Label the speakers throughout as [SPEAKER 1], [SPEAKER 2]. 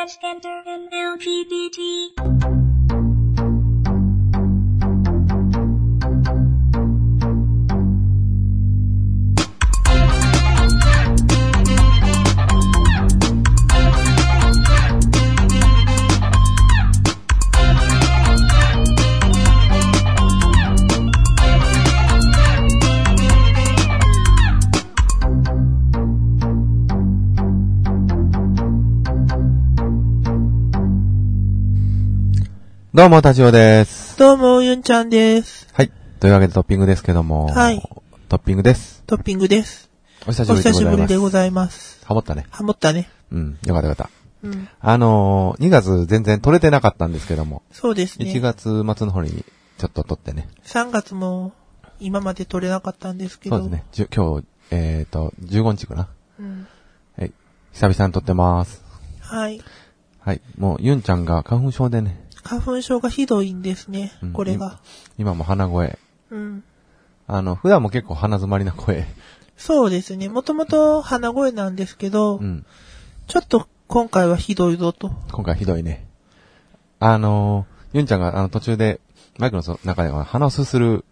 [SPEAKER 1] transgender and LGBT.
[SPEAKER 2] どうも、たちおです。
[SPEAKER 3] どうも、ゆんちゃんです。
[SPEAKER 2] はい。というわけでトッピングですけども。
[SPEAKER 3] はい。
[SPEAKER 2] トッピングです。
[SPEAKER 3] トッピングです。
[SPEAKER 2] お久し
[SPEAKER 3] お
[SPEAKER 2] ぶりで
[SPEAKER 3] 久
[SPEAKER 2] ご
[SPEAKER 3] し
[SPEAKER 2] ざい
[SPEAKER 3] ぶ
[SPEAKER 2] ま
[SPEAKER 3] り
[SPEAKER 2] す。
[SPEAKER 3] でございます。
[SPEAKER 2] ハモったね。
[SPEAKER 3] ハモったね。
[SPEAKER 2] うん。よかったよかった。
[SPEAKER 3] うん。
[SPEAKER 2] あのー、2月全然撮れてなかったんですけども。
[SPEAKER 3] そうですね。
[SPEAKER 2] 1月末の方にちょっと撮ってね。
[SPEAKER 3] 3月も今まで取れなかったんですけ
[SPEAKER 2] そ
[SPEAKER 3] ど。
[SPEAKER 2] うですね。じゅ今日、えーと、15日かな。
[SPEAKER 3] うん。
[SPEAKER 2] はい。久々に撮ってます。
[SPEAKER 3] はい。
[SPEAKER 2] はい。もう、ユンちゃんが花粉症でね。
[SPEAKER 3] 花粉症がひどいんですね。
[SPEAKER 2] うん
[SPEAKER 3] これが。
[SPEAKER 2] 今も鼻声。
[SPEAKER 3] うん。
[SPEAKER 2] あの、普段も結構鼻詰まりな声。
[SPEAKER 3] そうですね。もともと鼻声なんですけど、
[SPEAKER 2] うん。
[SPEAKER 3] ちょっと今回はひどいぞと。
[SPEAKER 2] 今回ひどいね。あのー、ユンちゃんがあの途中で、マイクのそ中で鼻をすする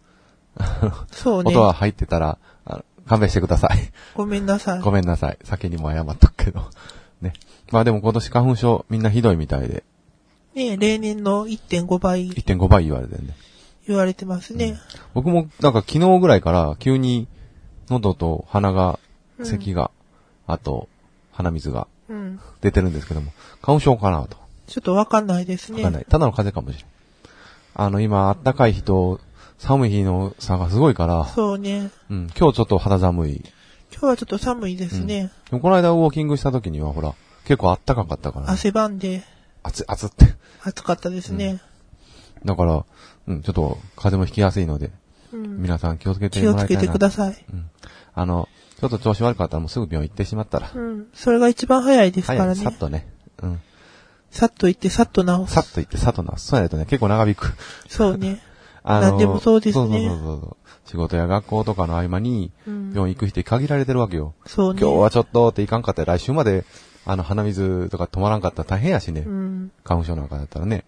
[SPEAKER 3] そうね
[SPEAKER 2] 音。は入ってたら、あの勘弁してください。
[SPEAKER 3] ごめんなさい。
[SPEAKER 2] ごめんなさい。先にも謝っとくけど。ね。まあでも今年花粉症みんなひどいみたいで、
[SPEAKER 3] ね例年の1.5倍
[SPEAKER 2] 1.5倍言われてるね。
[SPEAKER 3] 言われてますね。
[SPEAKER 2] 僕もなんか昨日ぐらいから急に喉と鼻が、
[SPEAKER 3] うん
[SPEAKER 2] 咳が、あと鼻水が
[SPEAKER 3] うん。
[SPEAKER 2] 出てるんですけども、花粉症かなと。
[SPEAKER 3] ちょっとわかんないです
[SPEAKER 2] わ
[SPEAKER 3] ね。
[SPEAKER 2] かんない。ただの風邪かもしれん。あの今、あったかい日と寒い日の差がすごいから、
[SPEAKER 3] そうね。
[SPEAKER 2] うん、今日ちょっと肌寒い。
[SPEAKER 3] 今日はちょっと寒いですね。
[SPEAKER 2] でもこの間ウォーキングした時にはほら、結構あったかかったから、
[SPEAKER 3] 汗ばんで
[SPEAKER 2] 暑い、暑って。
[SPEAKER 3] 暑かったですね。
[SPEAKER 2] だから、うん、ちょっと風邪もひきやすいので、
[SPEAKER 3] うん
[SPEAKER 2] 皆さん気をつけて
[SPEAKER 3] 気
[SPEAKER 2] も
[SPEAKER 3] を
[SPEAKER 2] ら
[SPEAKER 3] つ
[SPEAKER 2] いたい
[SPEAKER 3] け
[SPEAKER 2] な。
[SPEAKER 3] てください。
[SPEAKER 2] うん。あの、ちょっと調子悪かったらもうすぐ病院行ってしまったら、
[SPEAKER 3] うん。それが一番早いですか
[SPEAKER 2] 早
[SPEAKER 3] ら
[SPEAKER 2] い、さ
[SPEAKER 3] ね
[SPEAKER 2] っ。とね。うん。
[SPEAKER 3] さっと行って、さっと直す。
[SPEAKER 2] さっと行って、さっとな。そうやるとね、結構長引く。
[SPEAKER 3] そうね。
[SPEAKER 2] あ
[SPEAKER 3] なんでもそうですね
[SPEAKER 2] そうそうそうそう。仕事や学校とかの合間に、
[SPEAKER 3] うん
[SPEAKER 2] 病院行く人限られてるわけよ。
[SPEAKER 3] そうね。
[SPEAKER 2] 今日はちょっとって行かんかったら、来週まで、あの、鼻水とか止まらんかったら大変やしね。
[SPEAKER 3] うん。
[SPEAKER 2] 花粉症なんかだったらね。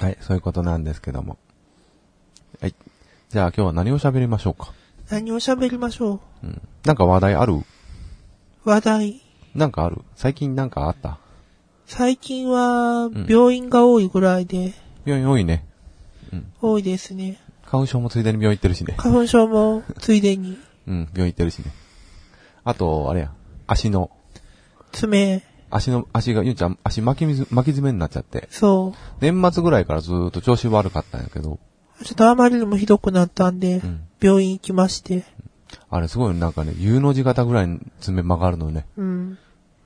[SPEAKER 2] はい、そういうことなんですけども。はい。じゃあ今日は何を喋りましょうか。
[SPEAKER 3] 何を喋りましょ
[SPEAKER 2] うん。なんか話題ある
[SPEAKER 3] う。話題。
[SPEAKER 2] なんかある最近なんかあった
[SPEAKER 3] 最近は
[SPEAKER 2] ん、
[SPEAKER 3] 病院が多いぐらいで、
[SPEAKER 2] 病院多いね。
[SPEAKER 3] 多いですね。
[SPEAKER 2] 花粉症もついでに病院行ってるしね。
[SPEAKER 3] 花粉症も、ついでに、
[SPEAKER 2] うん、病院行ってるしね。あと、あれや、足の、
[SPEAKER 3] 爪、
[SPEAKER 2] 足の、足が、ゆうちゃん、足巻き水、巻き爪になっちゃって。
[SPEAKER 3] そ
[SPEAKER 2] 年末ぐらいからずーっと調子悪かったんやけど、
[SPEAKER 3] う。ちょっとあまりにもひどくなったんで、
[SPEAKER 2] ん
[SPEAKER 3] 病院行きまして。
[SPEAKER 2] あれすごいなんかね、U の字型ぐらいに爪曲がるのね。
[SPEAKER 3] うん。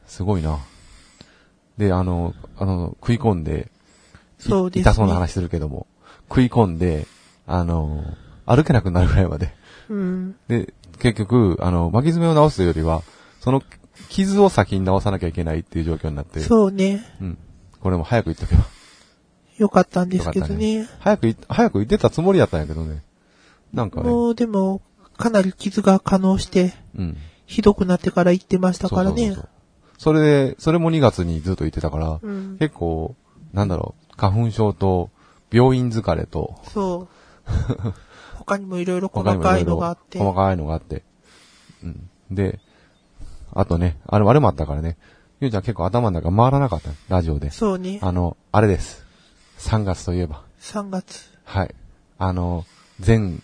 [SPEAKER 2] すごいな。で、あの、あの、食い込んで、い
[SPEAKER 3] そうです、ね。
[SPEAKER 2] 痛そうな。話するけども、食い込んで、あの、歩けなくなるぐらいまで。
[SPEAKER 3] うん。
[SPEAKER 2] で、結局、あの、巻き爪を直すというよりは、その、傷を先に直さなきゃいけないっていう状況になって、
[SPEAKER 3] そうね。
[SPEAKER 2] うん。これも早く言っとけば。
[SPEAKER 3] よかったんですけ
[SPEAKER 2] よか
[SPEAKER 3] ど
[SPEAKER 2] った
[SPEAKER 3] ね。
[SPEAKER 2] 早くい、早く言ってたつもりやったんやけどね。なんかね、
[SPEAKER 3] もうでも、かなり傷が可能して、
[SPEAKER 2] うん。
[SPEAKER 3] ひどくなってから行ってましたから
[SPEAKER 2] そう
[SPEAKER 3] ね
[SPEAKER 2] そうそ。うそれで、それも2月にずっと言ってたから、
[SPEAKER 3] うん。
[SPEAKER 2] 結構、なんだろう、花粉症と、病院疲れと、
[SPEAKER 3] そう。他にもいろいろ細
[SPEAKER 2] 他にも
[SPEAKER 3] か
[SPEAKER 2] ろ
[SPEAKER 3] い
[SPEAKER 2] ろ
[SPEAKER 3] のがあって。
[SPEAKER 2] 細かいのがあって。うん。で、あとね、あれ、あれもあったからね。ゆうちゃん結構頭の中回らなかった。ラジオで。
[SPEAKER 3] そうね。
[SPEAKER 2] あの、あれです。3月といえば。
[SPEAKER 3] 3月。
[SPEAKER 2] はい。あの、全、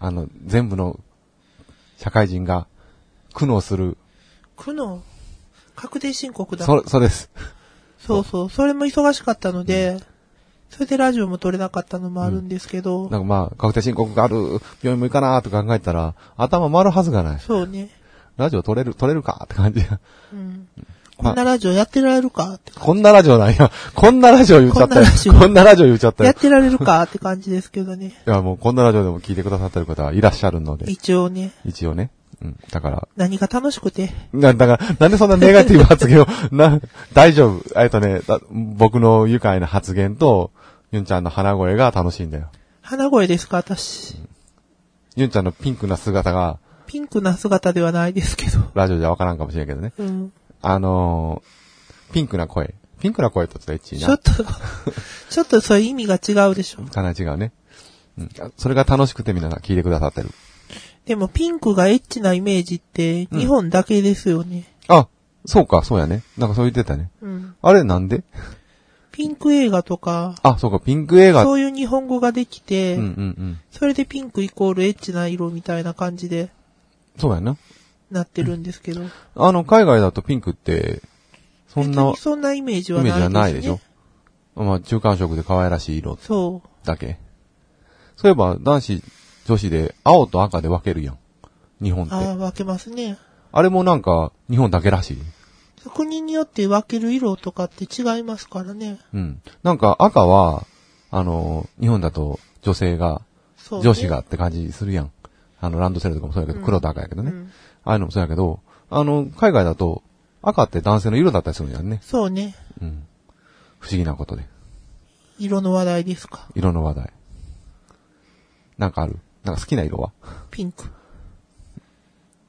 [SPEAKER 2] あの、全部の社会人が苦悩する。
[SPEAKER 3] 区の確定申告だ。そ
[SPEAKER 2] そ、そうです。
[SPEAKER 3] うそう。それも忙しかったので、それでラジオも撮れなかったのもあるんですけど、
[SPEAKER 2] なんかまあ、確定申告がある、病院も行かなーと考えたら、頭回るはずがない。
[SPEAKER 3] そうね。
[SPEAKER 2] ラジオ撮れる、撮れるかーって感じ。
[SPEAKER 3] うん。
[SPEAKER 2] ま
[SPEAKER 3] こ
[SPEAKER 2] あ
[SPEAKER 3] んなラジオやってられるかって。
[SPEAKER 2] こんなラジオなんや。 こんなラジオ言っちゃったよ
[SPEAKER 3] こんなラジ。オ
[SPEAKER 2] こんなラジオ言っちゃった
[SPEAKER 3] や
[SPEAKER 2] よ
[SPEAKER 3] っ。てられるかって感じですけどね。
[SPEAKER 2] いや、もうこんなラジオでも聞いてくださってる方はいらっしゃるので、
[SPEAKER 3] 一応ね、
[SPEAKER 2] 一応ね。うん。だから、
[SPEAKER 3] 何が楽しくて、
[SPEAKER 2] な、だから、なんでそんなネガティブ発言を、 な、大丈夫。えっとね、だ僕の愉快な発言と、ユンちゃんの鼻声が楽しいんだよ。
[SPEAKER 3] 鼻声ですか私。
[SPEAKER 2] ユンちゃんのピンクな姿が、
[SPEAKER 3] ピンクな姿ではないですけど。
[SPEAKER 2] ラジオじゃわからんかもしれんけどね。
[SPEAKER 3] うん。
[SPEAKER 2] あのピンクな声。ピンクな声とちょっとエッチい
[SPEAKER 3] ちょ
[SPEAKER 2] な
[SPEAKER 3] っ。と、ちょっとそれ意味が違うでしょ。
[SPEAKER 2] かなり違うね。うん。それが楽しくて皆さん聞いてくださってる。
[SPEAKER 3] でもピンクがエッチなイメージって日本だけですよね。
[SPEAKER 2] あ、そうか、そうやね。なんかそう言ってたね。
[SPEAKER 3] うん。
[SPEAKER 2] あれなんで
[SPEAKER 3] ピンク映画とか、
[SPEAKER 2] あ、そうか、ピンク映画。
[SPEAKER 3] そういう日本語ができて、
[SPEAKER 2] うんうんうん。
[SPEAKER 3] それでピンクイコールエッチな色みたいな感じで
[SPEAKER 2] そうやな。
[SPEAKER 3] なってるんですけど。
[SPEAKER 2] あの、海外だとピンクって、そんな
[SPEAKER 3] 別にそんなイメージ
[SPEAKER 2] イ
[SPEAKER 3] はない
[SPEAKER 2] メー
[SPEAKER 3] です、
[SPEAKER 2] ジ
[SPEAKER 3] ね。
[SPEAKER 2] はないでしょ。まあ、中間色で可愛らしい色
[SPEAKER 3] そう。
[SPEAKER 2] だけ。そういえば、男子、女子で、青と赤で分けるやん。日本って。
[SPEAKER 3] ああ、
[SPEAKER 2] あ
[SPEAKER 3] 分けますね。
[SPEAKER 2] れもなんか、日本だけらしい。
[SPEAKER 3] 国によって分ける色とかって違いますからね。
[SPEAKER 2] うん。なんか、赤は、あの、日本だと、女性が、
[SPEAKER 3] そう、ね。
[SPEAKER 2] 女子がって感じするやん。あの、ランドセルとかもそうやけど、
[SPEAKER 3] うん
[SPEAKER 2] 黒と赤やけど
[SPEAKER 3] う
[SPEAKER 2] ね。
[SPEAKER 3] ん。
[SPEAKER 2] ああいうのもそうやけど、あの、海外だと、赤って男性の色だったりするんやんね。
[SPEAKER 3] そうね。
[SPEAKER 2] うん。不思議なことで。
[SPEAKER 3] 色の話題ですか。
[SPEAKER 2] 色の話題。なんかあるなんか好きな色は
[SPEAKER 3] ピンク。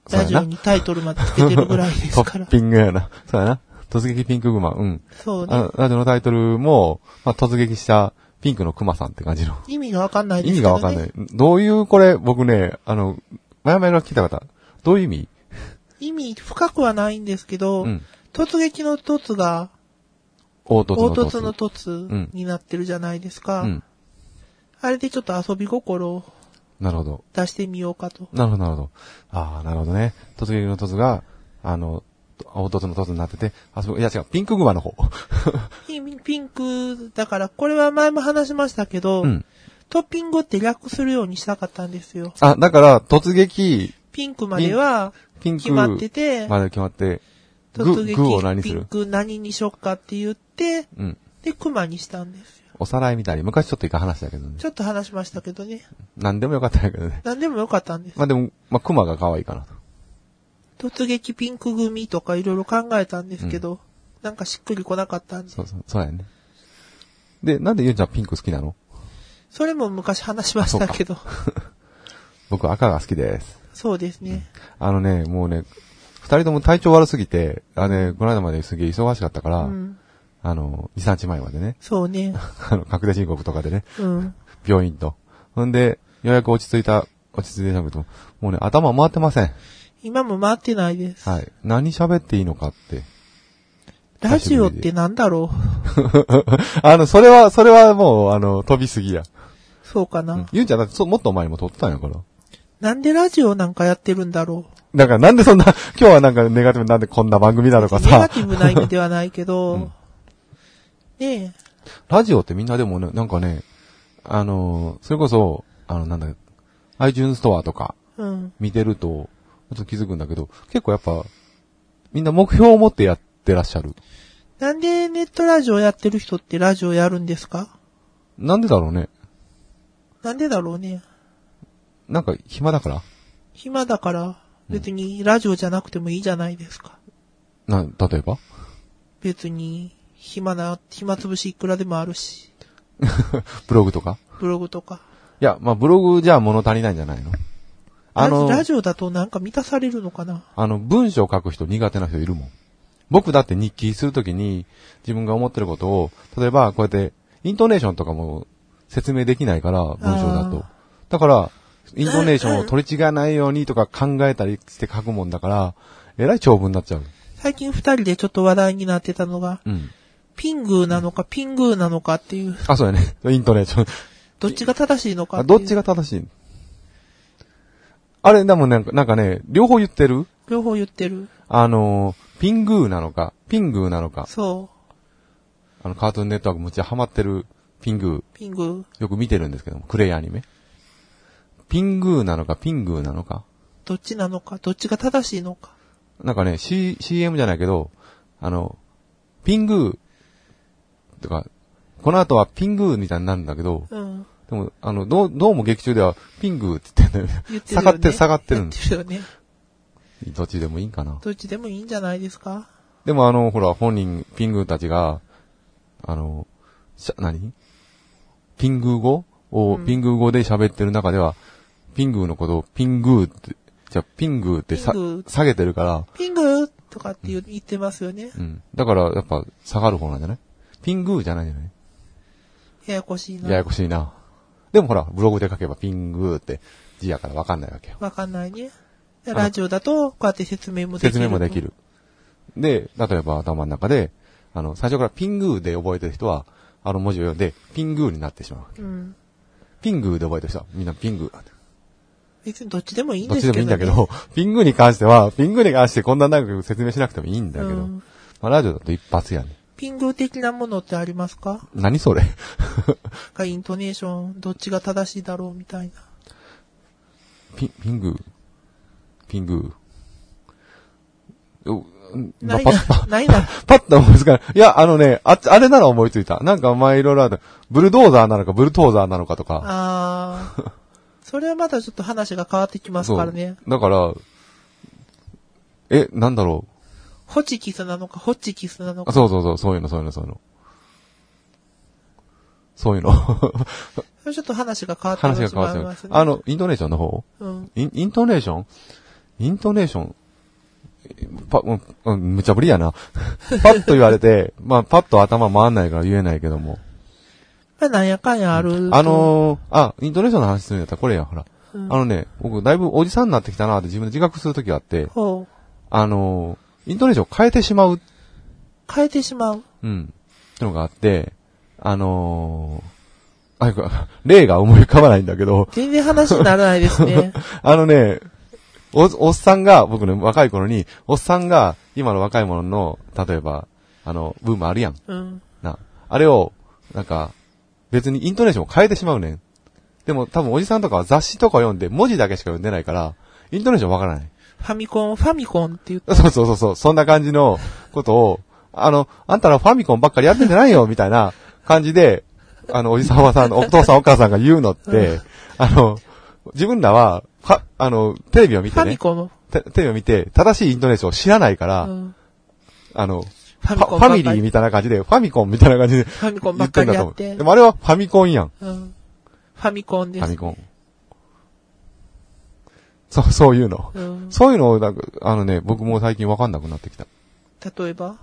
[SPEAKER 2] そう
[SPEAKER 3] ラ
[SPEAKER 2] や
[SPEAKER 3] ジオ
[SPEAKER 2] な
[SPEAKER 3] にタイトルまでつけてるぐらいですか
[SPEAKER 2] トッ。
[SPEAKER 3] ら
[SPEAKER 2] ピングやな。そうやな。突撃ピンクグマ、うん。
[SPEAKER 3] そう
[SPEAKER 2] あ
[SPEAKER 3] ね。
[SPEAKER 2] の、ラジオのタイトルも、まあ、突撃したピンクのクマさんって感じの。
[SPEAKER 3] 意味がわかんないで
[SPEAKER 2] 意味
[SPEAKER 3] すけど、
[SPEAKER 2] が
[SPEAKER 3] ね。
[SPEAKER 2] わかんない。どういう、これ、僕ね、あの、前々の聞いた方、どういう意味
[SPEAKER 3] 意味深くはないんですけど、
[SPEAKER 2] うん。
[SPEAKER 3] 突撃の突が、
[SPEAKER 2] 凹凸の
[SPEAKER 3] 凹
[SPEAKER 2] 凸。
[SPEAKER 3] 凸の突になってるじゃないですか。
[SPEAKER 2] うん。
[SPEAKER 3] あれでちょっと遊び心を
[SPEAKER 2] なるほど。
[SPEAKER 3] 出してみようかと。
[SPEAKER 2] なるほど、なるほど。ああ、なるほどね。突撃の突が、あの、凹凸の凸になってて、あ、そう、いや違う、ピンクグマの方。
[SPEAKER 3] ピンピンク、だから、これは前も話しましたけど、
[SPEAKER 2] うん。
[SPEAKER 3] トッピングって略するようにしたかったんですよ。
[SPEAKER 2] あ、だから、突撃、
[SPEAKER 3] ピンクまでは
[SPEAKER 2] ピンク、
[SPEAKER 3] 決まってて、
[SPEAKER 2] まだ決まって、
[SPEAKER 3] 突
[SPEAKER 2] グ、グを
[SPEAKER 3] 撃
[SPEAKER 2] 何
[SPEAKER 3] ピ
[SPEAKER 2] す
[SPEAKER 3] ン
[SPEAKER 2] る
[SPEAKER 3] ク何にしよっかって言って、
[SPEAKER 2] うん。
[SPEAKER 3] で、クマにしたんですよ。
[SPEAKER 2] おさらいみたいに、昔ちょっと一回話したけどね
[SPEAKER 3] ち。ょっと話しましたけどね。
[SPEAKER 2] 何でもよかったんやけどね。
[SPEAKER 3] 何でもよかったんです
[SPEAKER 2] ま。あでも、まあ、クマが可愛いかなと。
[SPEAKER 3] 突撃ピンク組とかいろいろ考えたんですけど、なんかしっくりこなかったんで。
[SPEAKER 2] そうそう、そうやね。で、なんでゆうちゃんピンク好きなの
[SPEAKER 3] それも昔話しましたけど。そう
[SPEAKER 2] 僕赤が好きです。
[SPEAKER 3] ですね。
[SPEAKER 2] あのね、もうね、二人とも体調悪すぎて、あのね、この間まですげえ忙しかったから、
[SPEAKER 3] うん。
[SPEAKER 2] あの、2、3日前までね、
[SPEAKER 3] そうね。
[SPEAKER 2] あの、確定申告とかでね、
[SPEAKER 3] うん。
[SPEAKER 2] 病院と。ほんで、ようやく落ち着いた、落ち着いてたけど、もうね、頭回ってません。
[SPEAKER 3] 今も回ってないです。
[SPEAKER 2] はい。何喋っていいのかって。
[SPEAKER 3] ラジオってなんだろう
[SPEAKER 2] あの、それは、それはもう、あの、飛びすぎや。
[SPEAKER 3] そうかな、
[SPEAKER 2] ゆうちゃんだってそ、もっと前にも撮ってたんやから。
[SPEAKER 3] なんでラジオなんかやってるんだろ
[SPEAKER 2] だからなんでそんな、 今日はなんかネガティブなんでこんな番組なの
[SPEAKER 3] う
[SPEAKER 2] か
[SPEAKER 3] ネガ
[SPEAKER 2] さ。
[SPEAKER 3] ティブな意味ではないけ ど、
[SPEAKER 2] うん
[SPEAKER 3] ねえ、
[SPEAKER 2] ラジオってみんなでもね、なんかね、あのー、それこそ、あの、なんだ、iTunes ストアとか
[SPEAKER 3] うん。
[SPEAKER 2] 見てると、ちょっと気づくんだけど、結構やっぱ、みんな目標を持ってやってらっしゃる。
[SPEAKER 3] なんでネットラジオやってる人ってラジオやるんですか
[SPEAKER 2] なんでだろうね。
[SPEAKER 3] なんでだろうね。
[SPEAKER 2] なんか暇だから
[SPEAKER 3] 暇だから、別にラジオじゃなくてもいいじゃないですか。
[SPEAKER 2] な、例えば
[SPEAKER 3] 別に、暇な、暇つぶしいくらでもあるし、
[SPEAKER 2] ブログとか
[SPEAKER 3] ブログとか。
[SPEAKER 2] いや、まあ、ブログじゃ物足りないんじゃないのあの、
[SPEAKER 3] ラジオだとなんか満たされるのかな
[SPEAKER 2] あの、文章を書く人苦手な人いるもん。僕だって日記するときに自分が思ってることを、例えばこうやって、イントネーションとかも説明できないから、文章だと
[SPEAKER 3] あ。
[SPEAKER 2] だから、イントネーションを取り違えないようにとか考えたりして書くもんだから、えらい長文になっちゃう。
[SPEAKER 3] 最近二人でちょっと話題になってたのが、
[SPEAKER 2] うん。
[SPEAKER 3] ピングーなのかピングーなのかっていう、
[SPEAKER 2] あ、そうやね。 イントネーション。
[SPEAKER 3] どっちが正しいのか
[SPEAKER 2] あ
[SPEAKER 3] ってい
[SPEAKER 2] ど
[SPEAKER 3] う。
[SPEAKER 2] っちが正しいあれ、でもなんか、なんかね、両方言ってる
[SPEAKER 3] 両方言ってる。
[SPEAKER 2] あのー、ピングーなのか、ピングーなのか、
[SPEAKER 3] そ
[SPEAKER 2] あの、カートゥーンネットワークむっちゃハマってるピングー。
[SPEAKER 3] う。ピング
[SPEAKER 2] よく見てるんですけども、クレイアニメ。ピングーなのか、ピングーなのか。
[SPEAKER 3] どっちなのか、どっちが正しいのか。
[SPEAKER 2] なんかね、C、CM じゃないけど、あの、ピングーとか、この後はピングーみたいになるんだけど、
[SPEAKER 3] うん。
[SPEAKER 2] でも、あの、どう、どうも劇中ではピングーって言ってんだよね。
[SPEAKER 3] 言ってるよね。
[SPEAKER 2] 下がってる、下がってるん
[SPEAKER 3] 言ってるよね。
[SPEAKER 2] どっちでもいいんかな。
[SPEAKER 3] どっちでもいいんじゃないですか
[SPEAKER 2] でもあの、ほら、本人、ピングーたちが、あの、しゃ、何ピングー語を、
[SPEAKER 3] うん
[SPEAKER 2] ピングー語で喋ってる中では、ピングーのことをピングーって、じゃあピングーってさ
[SPEAKER 3] ピングー
[SPEAKER 2] 下げてるから、
[SPEAKER 3] ピングーってとかって言う言ってますよね。
[SPEAKER 2] うん。だから、やっぱ、下がる方なんじゃないピングーじゃないんじゃない
[SPEAKER 3] ややこしいな。
[SPEAKER 2] ややこしいな。でもほら、ブログで書けばピングーって字やからわかんないわけよ。
[SPEAKER 3] わかんないね。ラジオだと、こうやって説明もできる。
[SPEAKER 2] 説明もでき。る。で、例えば頭の中で、あの、最初からピングーで覚えてる人は、あの文字を読んで、ピングーになってしまう。
[SPEAKER 3] うん。
[SPEAKER 2] ピングーで覚えてる人は、みんなピングー。
[SPEAKER 3] 別にどっちでもいいん
[SPEAKER 2] ど
[SPEAKER 3] で
[SPEAKER 2] っち
[SPEAKER 3] すけど、
[SPEAKER 2] で
[SPEAKER 3] ね。
[SPEAKER 2] もいいんだけど、 ピングーに関しては、ピングーに関してこんな長く説明しなくてもいいんだけど、
[SPEAKER 3] うん
[SPEAKER 2] まあラジオだと一発やね。
[SPEAKER 3] ピング的なものってありますか
[SPEAKER 2] 何それ
[SPEAKER 3] がイントネーション、どっちが正しいだろうみたいな。
[SPEAKER 2] ピン、ピングー。ピングー。ううん
[SPEAKER 3] ない
[SPEAKER 2] パッパ
[SPEAKER 3] な、ないな。
[SPEAKER 2] パッと思いつかない。いや、あのね、あ、あれなら思いついた。なんか前いろいろある。ブルドーザーなのか、ブルトーザーなのかとか。
[SPEAKER 3] あー。それはまたちょっと話が変わってきます
[SPEAKER 2] そう
[SPEAKER 3] からね。
[SPEAKER 2] だから、え、なんだろう。
[SPEAKER 3] ホチキスなのか、ホッチキスなの
[SPEAKER 2] あ
[SPEAKER 3] か。
[SPEAKER 2] そうそうそう、そういうの、そういうの、そういうの。そう いうの。
[SPEAKER 3] それちょっと話が変わって
[SPEAKER 2] 話が
[SPEAKER 3] し
[SPEAKER 2] 変わ
[SPEAKER 3] ま
[SPEAKER 2] っ
[SPEAKER 3] い
[SPEAKER 2] て
[SPEAKER 3] ま
[SPEAKER 2] ますす
[SPEAKER 3] ね。。
[SPEAKER 2] あ、の、イントネーションの方
[SPEAKER 3] うん。
[SPEAKER 2] イン、イントネーションイントネーションえパ、うんうん、無茶ぶりやな。 パッと言われて、まあ、パッと頭回んないから言えないけども。
[SPEAKER 3] まあ、なんやかんやある。
[SPEAKER 2] あ、のー、あ、イントネーションの話するんやったらこれや、ほら。
[SPEAKER 3] うん
[SPEAKER 2] あのね、僕、だいぶおじさんになってきたなって自分で自覚するときがあって、
[SPEAKER 3] ほう。
[SPEAKER 2] あのー、イントネーションを変えてしまう、
[SPEAKER 3] 変えてしまう。
[SPEAKER 2] うん、ってのがあって、あのー、あ、これ 例が思い浮かばないんだけど、
[SPEAKER 3] 全然話にならないですね。
[SPEAKER 2] あのね、お、おっさんが、僕ね、若い頃に、おっさんが、今の若い者の、例えば、あの、ブームあるやん。
[SPEAKER 3] うん。
[SPEAKER 2] な。あれを、なんか、別にイントネーションを変えてしまうねん。でも多分おじさんとかは雑誌とかを読んで、文字だけしか読んでないから、イントネーションわからない。
[SPEAKER 3] ファミコン、ファミコンって言っ て。
[SPEAKER 2] そうそうそうそう、そんな感じのことを、あの、あんたらファミコンばっかりやってんじゃない よ、みたいな感じで、あの、おじさんおばさん、お父さんお母さんが言うのって、あの、自分らは、は、あの、テレビを見
[SPEAKER 3] フ
[SPEAKER 2] て
[SPEAKER 3] ァミ
[SPEAKER 2] ね、
[SPEAKER 3] コン。
[SPEAKER 2] テテレビを見て、正しいイントネーションを知らないから、
[SPEAKER 3] うん
[SPEAKER 2] あの、
[SPEAKER 3] ファ
[SPEAKER 2] フ
[SPEAKER 3] ミ
[SPEAKER 2] ァ
[SPEAKER 3] コ
[SPEAKER 2] フ
[SPEAKER 3] ンばっ
[SPEAKER 2] ァ
[SPEAKER 3] かり
[SPEAKER 2] ミリーみたいな感じで、ファミコンみたいな感じで
[SPEAKER 3] ファミコンば
[SPEAKER 2] 言
[SPEAKER 3] っ
[SPEAKER 2] っ
[SPEAKER 3] か
[SPEAKER 2] てんだ
[SPEAKER 3] り
[SPEAKER 2] と
[SPEAKER 3] や
[SPEAKER 2] 思
[SPEAKER 3] っ
[SPEAKER 2] う。
[SPEAKER 3] て。
[SPEAKER 2] でもあれはファミコンやん。
[SPEAKER 3] うん。ファミコンで
[SPEAKER 2] ファ
[SPEAKER 3] す
[SPEAKER 2] ミ。コン。そう、そういうの。
[SPEAKER 3] うん。
[SPEAKER 2] そういうのを、なんか、あのね、僕も最近わかんなくなってきた。
[SPEAKER 3] 例えば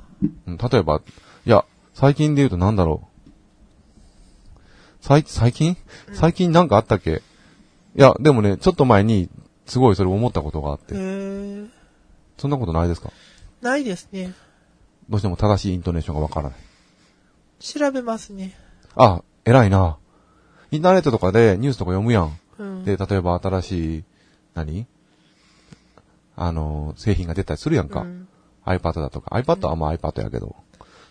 [SPEAKER 2] うん、例えば、いや、最近で言うとなんだろう。最、最近最近なんかあったっけいや、でもね、ちょっと前に、すごいそれ思ったことがあっ
[SPEAKER 3] え
[SPEAKER 2] て。
[SPEAKER 3] ー、
[SPEAKER 2] そんなことないですか
[SPEAKER 3] ないですね。
[SPEAKER 2] どうしても正しいイントネーションがわからない。
[SPEAKER 3] 調べますね。
[SPEAKER 2] あ、偉いな。インターネットとかでニュースとか読むやん。
[SPEAKER 3] うん。
[SPEAKER 2] で、例えば新しい、何あの、製品が出たりするやんか。
[SPEAKER 3] うん、
[SPEAKER 2] iPad だとか。iPad はまあ iPad やけど。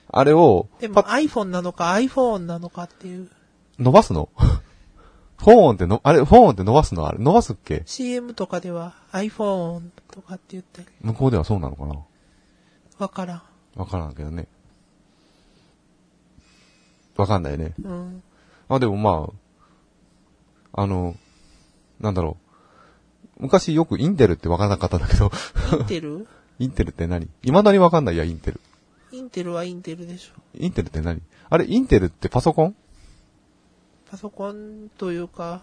[SPEAKER 2] あれを、
[SPEAKER 3] でも
[SPEAKER 2] パッ
[SPEAKER 3] iPhone なのか iPhone なのかっていう
[SPEAKER 2] 伸ばすの フォーンっての、あれ、フォーンって伸ばすのあれ、伸ばすっけ
[SPEAKER 3] CM とかでは iPhone とかって言ったり
[SPEAKER 2] 向こうではそうなのかな
[SPEAKER 3] わからん。
[SPEAKER 2] わからんけどね。わかんないね。
[SPEAKER 3] うん。
[SPEAKER 2] あ、でもまあ、あの、なんだろう。昔よくインテルってわからなかったんだけど、
[SPEAKER 3] インテ ル
[SPEAKER 2] インテルって何未だにわかんないや、インテル。
[SPEAKER 3] インテルはインテルでしょ。
[SPEAKER 2] インテルって何あれ、インテルってパソコン
[SPEAKER 3] パソコンというか、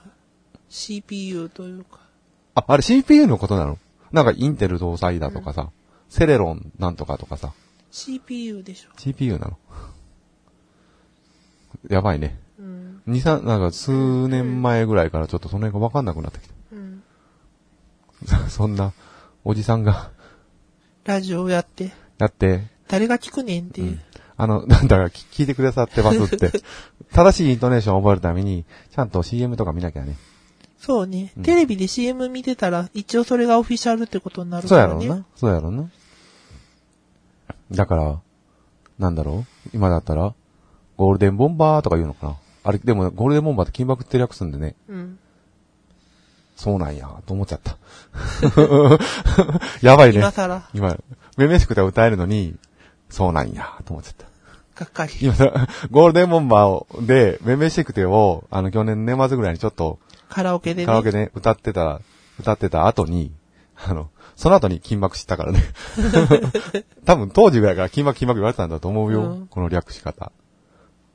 [SPEAKER 3] CPU というか。
[SPEAKER 2] あ、あれ CPU のことなのなんかインテル搭載だとかさ、セレロンなんとかとかさ、
[SPEAKER 3] CPU でしょ。
[SPEAKER 2] CPU なの。やばいね。
[SPEAKER 3] うん。
[SPEAKER 2] 二三、なんか数年前ぐらいからちょっとその辺がわかんなくなってき
[SPEAKER 3] うん。
[SPEAKER 2] た。 そんな、おじさんが、
[SPEAKER 3] ラジオやって、
[SPEAKER 2] やって、
[SPEAKER 3] 誰が聞くねんっていう。
[SPEAKER 2] あの、なんだか聞聞いてくださってます って。正しいイントネーションを覚えるために、ちゃんと CM とか見なきゃね。
[SPEAKER 3] そうね、
[SPEAKER 2] うん
[SPEAKER 3] テレビで CM 見てたら、一応それがオフィシャルってことになる
[SPEAKER 2] そう
[SPEAKER 3] か
[SPEAKER 2] や
[SPEAKER 3] ら
[SPEAKER 2] ろう
[SPEAKER 3] ね。
[SPEAKER 2] な。そうやろうな。だから、なんだろう今だったら、ゴールデンボンバーとか言うのかなあれ、でもゴールデンボンバーって金箔って略すんでね、
[SPEAKER 3] うん。
[SPEAKER 2] そうなんや、と思っちゃった。 やばいね
[SPEAKER 3] 今。更、
[SPEAKER 2] 今、めめしくて歌えるのに、そうなんや、と思っちゃった。
[SPEAKER 3] がっかり。
[SPEAKER 2] 今さ、ゴールデンボンバーをで、めめしくてを、あの、去年年末ぐらいにちょっと、
[SPEAKER 3] カラオケでね。
[SPEAKER 2] カラオケで歌ってた、歌ってた後に、あの、その後に金箔知った からね。多分当時ぐらいから金箔金箔言われてたんだと思うよ。
[SPEAKER 3] うん
[SPEAKER 2] この略し方。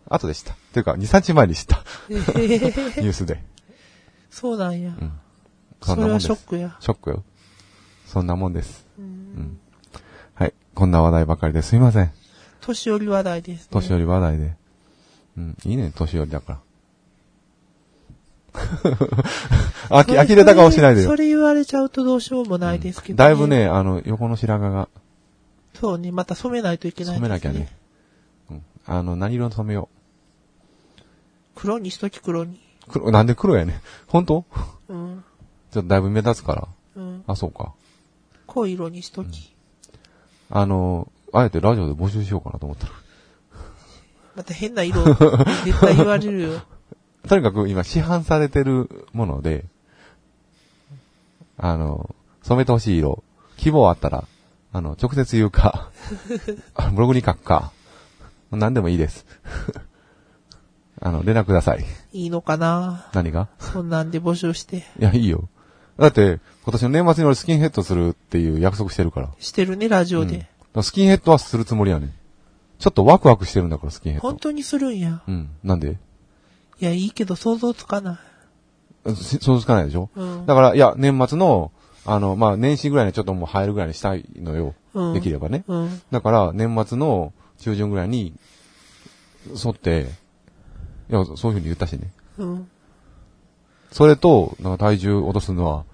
[SPEAKER 2] 後でした。というか、2、3日前にした。
[SPEAKER 3] えへへ
[SPEAKER 2] ニ
[SPEAKER 3] へ
[SPEAKER 2] ュースで。
[SPEAKER 3] そうなんや。
[SPEAKER 2] うん。
[SPEAKER 3] そ
[SPEAKER 2] んな
[SPEAKER 3] れ
[SPEAKER 2] もん
[SPEAKER 3] は
[SPEAKER 2] です。
[SPEAKER 3] ショックや。
[SPEAKER 2] ショックよ。そんなもんです。
[SPEAKER 3] うん
[SPEAKER 2] うん。はい。こんな話題ばかりですいません。
[SPEAKER 3] 年寄り話題です、ね。
[SPEAKER 2] 年寄り話題で。うん、いいね、年寄りだから。 あき、呆れた顔しないで
[SPEAKER 3] そ
[SPEAKER 2] よ。
[SPEAKER 3] れ言われちゃうとどうしようもないですけど、
[SPEAKER 2] だいぶ。ね、あの、横の白髪が
[SPEAKER 3] そうね、また染めないといけない、
[SPEAKER 2] 染めなきゃね。。うん。あの、何色に染めよ
[SPEAKER 3] 黒にしとき黒に。
[SPEAKER 2] う。黒、なんで黒やね。本当
[SPEAKER 3] うん。
[SPEAKER 2] ちょっとだいぶ目立つから。
[SPEAKER 3] うん。
[SPEAKER 2] あ、そうか。
[SPEAKER 3] 濃い色にしとき。
[SPEAKER 2] あの、あえてラジオで募集しようかなと思ったら。
[SPEAKER 3] また変な色、絶対言われるよ。
[SPEAKER 2] とにかく今市販されてるもので、あの、染めてほしい色、希望あったら、あの、直接言うか、 あブログに書くか、何でもいいです。 あの、連絡ください。
[SPEAKER 3] いいのかな
[SPEAKER 2] 何が
[SPEAKER 3] そんなんで募集して。
[SPEAKER 2] いや、いいよ。だって、今年の年末に俺スキンヘッドするっていう約束してるから。
[SPEAKER 3] してるね、ラジオ
[SPEAKER 2] うんだ
[SPEAKER 3] で
[SPEAKER 2] か。らスキンヘッドはするつもりやねん。ちょっとワクワクしてるんだから、スキンヘッ
[SPEAKER 3] 本
[SPEAKER 2] ド。
[SPEAKER 3] 当にするんや。
[SPEAKER 2] うん。なんで
[SPEAKER 3] いや、いいけど想像つかない。
[SPEAKER 2] し想像つかないでしょ
[SPEAKER 3] うん。
[SPEAKER 2] だから、いや、年末の、あの、まあ、年始ぐらいにちょっともう入るぐらいにしたいのよ。
[SPEAKER 3] うん
[SPEAKER 2] できればね。
[SPEAKER 3] うん。
[SPEAKER 2] だから、年末の中旬ぐらいに、沿って、いや、そういうふうに言ったしね。
[SPEAKER 3] うん。
[SPEAKER 2] それと、なんか体重落とすのは、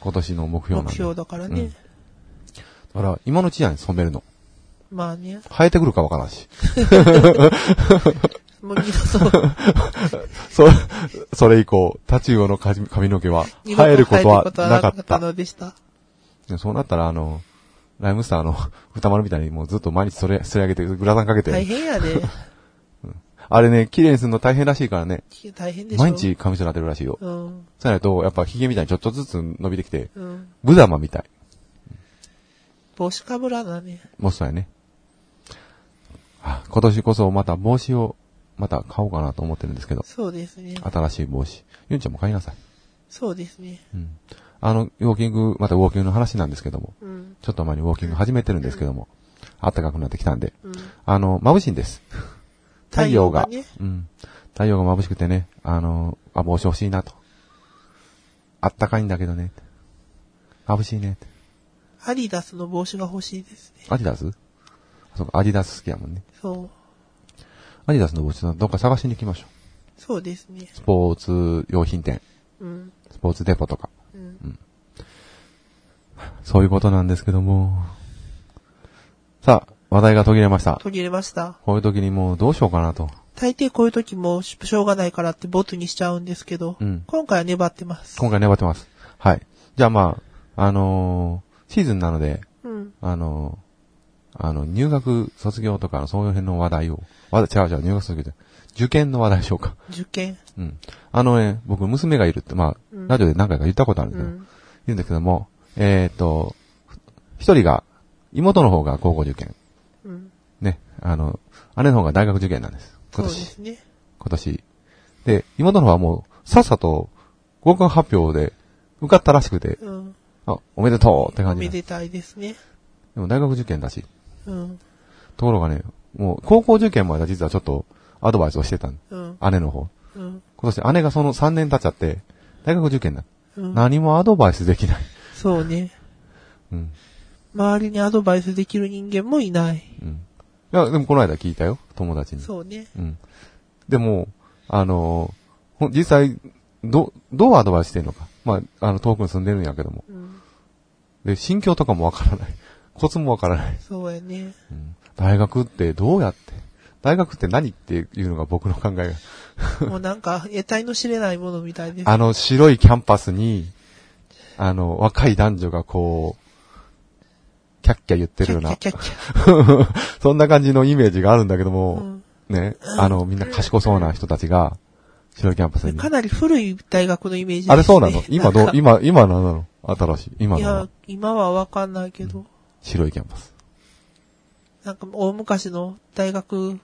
[SPEAKER 2] 今年の目標なん
[SPEAKER 3] 目
[SPEAKER 2] だ。
[SPEAKER 3] 標だからね。
[SPEAKER 2] だから、今のうちやん、染めるの。
[SPEAKER 3] まあね。
[SPEAKER 2] 生えてくるかわからんし。
[SPEAKER 3] もう二 度と、
[SPEAKER 2] そ、それ以降、タチウオの髪髪の毛は、
[SPEAKER 3] 二度と
[SPEAKER 2] 生えることはなか
[SPEAKER 3] 生えることはなか
[SPEAKER 2] っ
[SPEAKER 3] った
[SPEAKER 2] た。
[SPEAKER 3] のでした。
[SPEAKER 2] いやそうなったら、あの、ライムスターの 歌丸みたいにもうずっと毎日それ、それ上げて、グラタンかけて。
[SPEAKER 3] 大変やで。
[SPEAKER 2] あれね、綺麗にするの大変らしいからね。
[SPEAKER 3] 大変でしょ。
[SPEAKER 2] 毎日髪染めてるらしいよ。
[SPEAKER 3] うん。
[SPEAKER 2] そうなると、やっぱヒゲみたいにちょっとずつ伸びてきて、
[SPEAKER 3] うん。
[SPEAKER 2] 無様みたい。
[SPEAKER 3] 帽子かぶらなね。
[SPEAKER 2] もうそうやね。あ今年こそまた帽子を、また買おうかなと思ってるんですけど、
[SPEAKER 3] そうですね。
[SPEAKER 2] 新しい帽子。ゆんちゃんも買いなさい。
[SPEAKER 3] そうですね。
[SPEAKER 2] うん。あの、ウォーキング、またウォーキングの話なんですけども、
[SPEAKER 3] うん。
[SPEAKER 2] ちょっと前にウォーキング始めてるんですけども、暖かくなってきたんで、
[SPEAKER 3] うん。
[SPEAKER 2] あの、眩しいんです。太陽が。
[SPEAKER 3] 太ね
[SPEAKER 2] うん。太陽が眩しくてね、あの、あ、帽子欲しいなと。あったかいんだけどね。眩しいね。
[SPEAKER 3] アディダスの帽子が欲しいですね。
[SPEAKER 2] アディダスあそうか、アディダス好きやもんね。
[SPEAKER 3] そう。
[SPEAKER 2] アディダスの帽子どっか探しに行きましょう。
[SPEAKER 3] そうですね。
[SPEAKER 2] スポーツ用品店、
[SPEAKER 3] うん。
[SPEAKER 2] スポーツデポとか。
[SPEAKER 3] うん。
[SPEAKER 2] そういうことなんですけども。さあ、話題が途切れました。
[SPEAKER 3] 途切れました。
[SPEAKER 2] こういう時にもうどうしようかなと。
[SPEAKER 3] 大抵こういう時もししょうがないからってボツにしちゃうんですけど、
[SPEAKER 2] うん
[SPEAKER 3] 今回は粘ってます。
[SPEAKER 2] 今回粘ってます。はい。じゃあまあ、あのーシーズンなので、
[SPEAKER 3] うん。
[SPEAKER 2] あの、あの、入学、卒業とか、そういう辺の話題を、わざ、違う違う、入学卒業じゃない受験の話題でしょうか。
[SPEAKER 3] 受験。
[SPEAKER 2] うん。あのね、僕、娘がいるって、まあ、
[SPEAKER 3] うん
[SPEAKER 2] ラジオで何回か言ったことあるんだ
[SPEAKER 3] う
[SPEAKER 2] けど、
[SPEAKER 3] ん。
[SPEAKER 2] 言うんだけども、えーっと、一人が、妹の方が高校受験。
[SPEAKER 3] うん。
[SPEAKER 2] ね。あの、姉の方が大学受験なんです。
[SPEAKER 3] そ
[SPEAKER 2] 今
[SPEAKER 3] うで
[SPEAKER 2] 年。
[SPEAKER 3] すね。
[SPEAKER 2] 今年。で、妹の方はもう、さっさと、合格発表で、受かったらしくて、
[SPEAKER 3] うん。
[SPEAKER 2] あ、おめでとうって
[SPEAKER 3] お
[SPEAKER 2] 感じ
[SPEAKER 3] め
[SPEAKER 2] なの。
[SPEAKER 3] でたいですね。
[SPEAKER 2] でも大学受験だし、
[SPEAKER 3] うん。
[SPEAKER 2] ところがね、もう、高校受験までは実はちょっと、アドバイスをしてたの
[SPEAKER 3] うん。
[SPEAKER 2] 姉の方。
[SPEAKER 3] うん。
[SPEAKER 2] 今年姉がその3年経っちゃって、大学受験だ。
[SPEAKER 3] うん。
[SPEAKER 2] 何もアドバイスできない。
[SPEAKER 3] そうね。
[SPEAKER 2] うん。
[SPEAKER 3] 周りにアドバイスできる人間もいない。
[SPEAKER 2] うん。いや、でもこの間聞いたよ。友達に。
[SPEAKER 3] そうね。
[SPEAKER 2] うん。でも、あのーほん実際、ど、どうアドバイスしてんのか。まあ、あの、遠くに住んでるんやけども。
[SPEAKER 3] うん。
[SPEAKER 2] で、心境とかもわからない。 コツもわからない。
[SPEAKER 3] そう やね。
[SPEAKER 2] うん。大学ってどうやって大学って何っていうのが僕の考えが。
[SPEAKER 3] もうなんか、得体の知れないものみたいです。
[SPEAKER 2] あの白いキャンパスに、あの、若い男女がこう、キャッキャ言ってるような、
[SPEAKER 3] キャッキャッキャッキャ
[SPEAKER 2] そんな感じのイメージがあるんだけど
[SPEAKER 3] う
[SPEAKER 2] も、
[SPEAKER 3] ん
[SPEAKER 2] ね、あの、みんな賢そうな人たちが、白いキャンパス
[SPEAKER 3] で
[SPEAKER 2] に
[SPEAKER 3] か。なり古い大学のイメージです、ね。
[SPEAKER 2] あれそうなの今どう
[SPEAKER 3] な、んか
[SPEAKER 2] 今、今なんなの新しい。今
[SPEAKER 3] い
[SPEAKER 2] な
[SPEAKER 3] や
[SPEAKER 2] の、
[SPEAKER 3] 今はわかんないけど、
[SPEAKER 2] 白いキャンパス。
[SPEAKER 3] なんか大昔の大学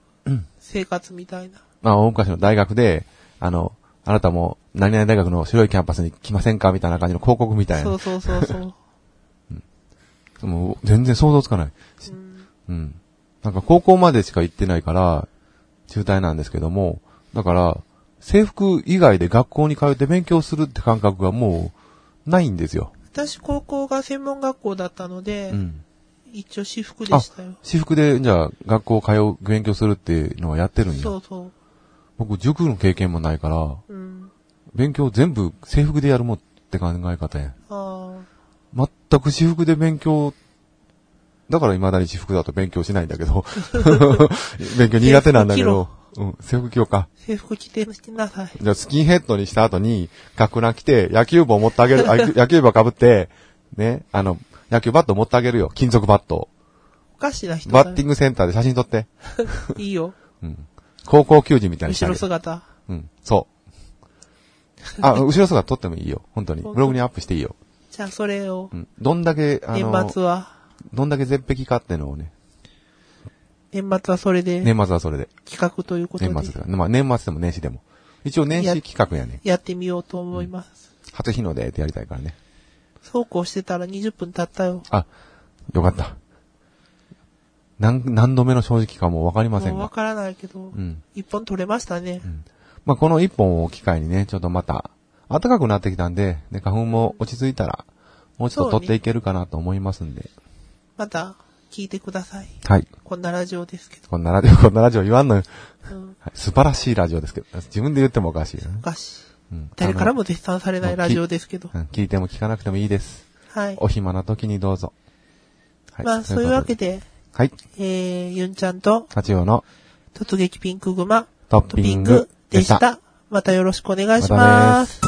[SPEAKER 3] 生活みたいな。
[SPEAKER 2] まあ、大昔の大学で、あの、あなたも、何々大学の白いキャンパスに来ませんかみたいな感じの広告みたい
[SPEAKER 3] そう
[SPEAKER 2] な。
[SPEAKER 3] そうそうそう。
[SPEAKER 2] もう全然想像つかない。
[SPEAKER 3] うん
[SPEAKER 2] うん。なんか高校までしか行ってないから、中退なんですけども、だから、制服以外で学校に通って勉強するって感覚がもう、ないんですよ。
[SPEAKER 3] 私高校が専門学校だったので、
[SPEAKER 2] うん。
[SPEAKER 3] 一応私服でしたよ。
[SPEAKER 2] 私服で、じゃあ、学校通う、勉強するっていうのはやってるん
[SPEAKER 3] そ
[SPEAKER 2] や。
[SPEAKER 3] うそ
[SPEAKER 2] 僕、塾の経験もないから、
[SPEAKER 3] う。うん。
[SPEAKER 2] 勉強全部制服でやるもんって考え方やん。
[SPEAKER 3] あ
[SPEAKER 2] 全く私服で勉強、だから未だに私服だと勉強しないんだけ ど、勉強苦手なんだけど、うん、制服着ようか
[SPEAKER 3] あ。。制服着てなさい。
[SPEAKER 2] じゃあ、スキンヘッドにした後に、学ラン着て、野球部を持ってあげる、あ 野球部を被って、ね、あの、野球バット持ってあげるよ。金属バットを。
[SPEAKER 3] おかしな人だ
[SPEAKER 2] バッティングセンターで写真撮って。
[SPEAKER 3] グ。いいよ。
[SPEAKER 2] うん。高校球児みたいにして
[SPEAKER 3] 後
[SPEAKER 2] あげ
[SPEAKER 3] ろ
[SPEAKER 2] る。
[SPEAKER 3] 姿。
[SPEAKER 2] うん、そう。あ、後ろ姿撮ってもいいよ。本当に。ブログにアップしていいよ。
[SPEAKER 3] じゃあそれを
[SPEAKER 2] う、ん。どんだけ、あ
[SPEAKER 3] 年
[SPEAKER 2] の、
[SPEAKER 3] 末は、
[SPEAKER 2] どんだけ絶壁かってのをね、
[SPEAKER 3] 年末はそれで、
[SPEAKER 2] 年末はそれで。
[SPEAKER 3] 企画ということ
[SPEAKER 2] 年
[SPEAKER 3] で、
[SPEAKER 2] 末で。まあ年末でも年始でも。一応年始企画やね。
[SPEAKER 3] やってみようと思います。
[SPEAKER 2] 初日の出ってやりたいからね。
[SPEAKER 3] そうこうしてたら20分経ったよ。
[SPEAKER 2] あ、よかった。何、何度目の正直かもうわかりません
[SPEAKER 3] もうわ
[SPEAKER 2] が。
[SPEAKER 3] からないけど
[SPEAKER 2] う、ん。
[SPEAKER 3] 一、本取れましたね。
[SPEAKER 2] まあこの一本を機会にね、ちょっとまた、暖かくなってきたんで、ね、花粉も落ち着いたら、もうちょっと取っていけるかなと思いますんで。
[SPEAKER 3] また、聞いてください。
[SPEAKER 2] はい。
[SPEAKER 3] こんなラジオですけど。
[SPEAKER 2] こんなラジオ、こんなラジオ言わんのよ。
[SPEAKER 3] うん。
[SPEAKER 2] はい素晴らしいラジオですけど、自分で言ってもおかしいよね
[SPEAKER 3] お。かしい。
[SPEAKER 2] うん
[SPEAKER 3] 誰から
[SPEAKER 2] も、
[SPEAKER 3] も絶賛されないラジオですけど
[SPEAKER 2] う。ん聞いても聞かなくてもいいです。
[SPEAKER 3] はい。
[SPEAKER 2] お暇な時にどうぞ。は
[SPEAKER 3] まあ、そういうわけ。で、
[SPEAKER 2] はい。
[SPEAKER 3] えー、ゆんちゃんと、
[SPEAKER 2] タチオの
[SPEAKER 3] 突撃ピンクグマ、
[SPEAKER 2] トッピング
[SPEAKER 3] トッピングで
[SPEAKER 2] でし
[SPEAKER 3] し
[SPEAKER 2] た
[SPEAKER 3] た。またよろしくお願いし
[SPEAKER 2] またね
[SPEAKER 3] ます。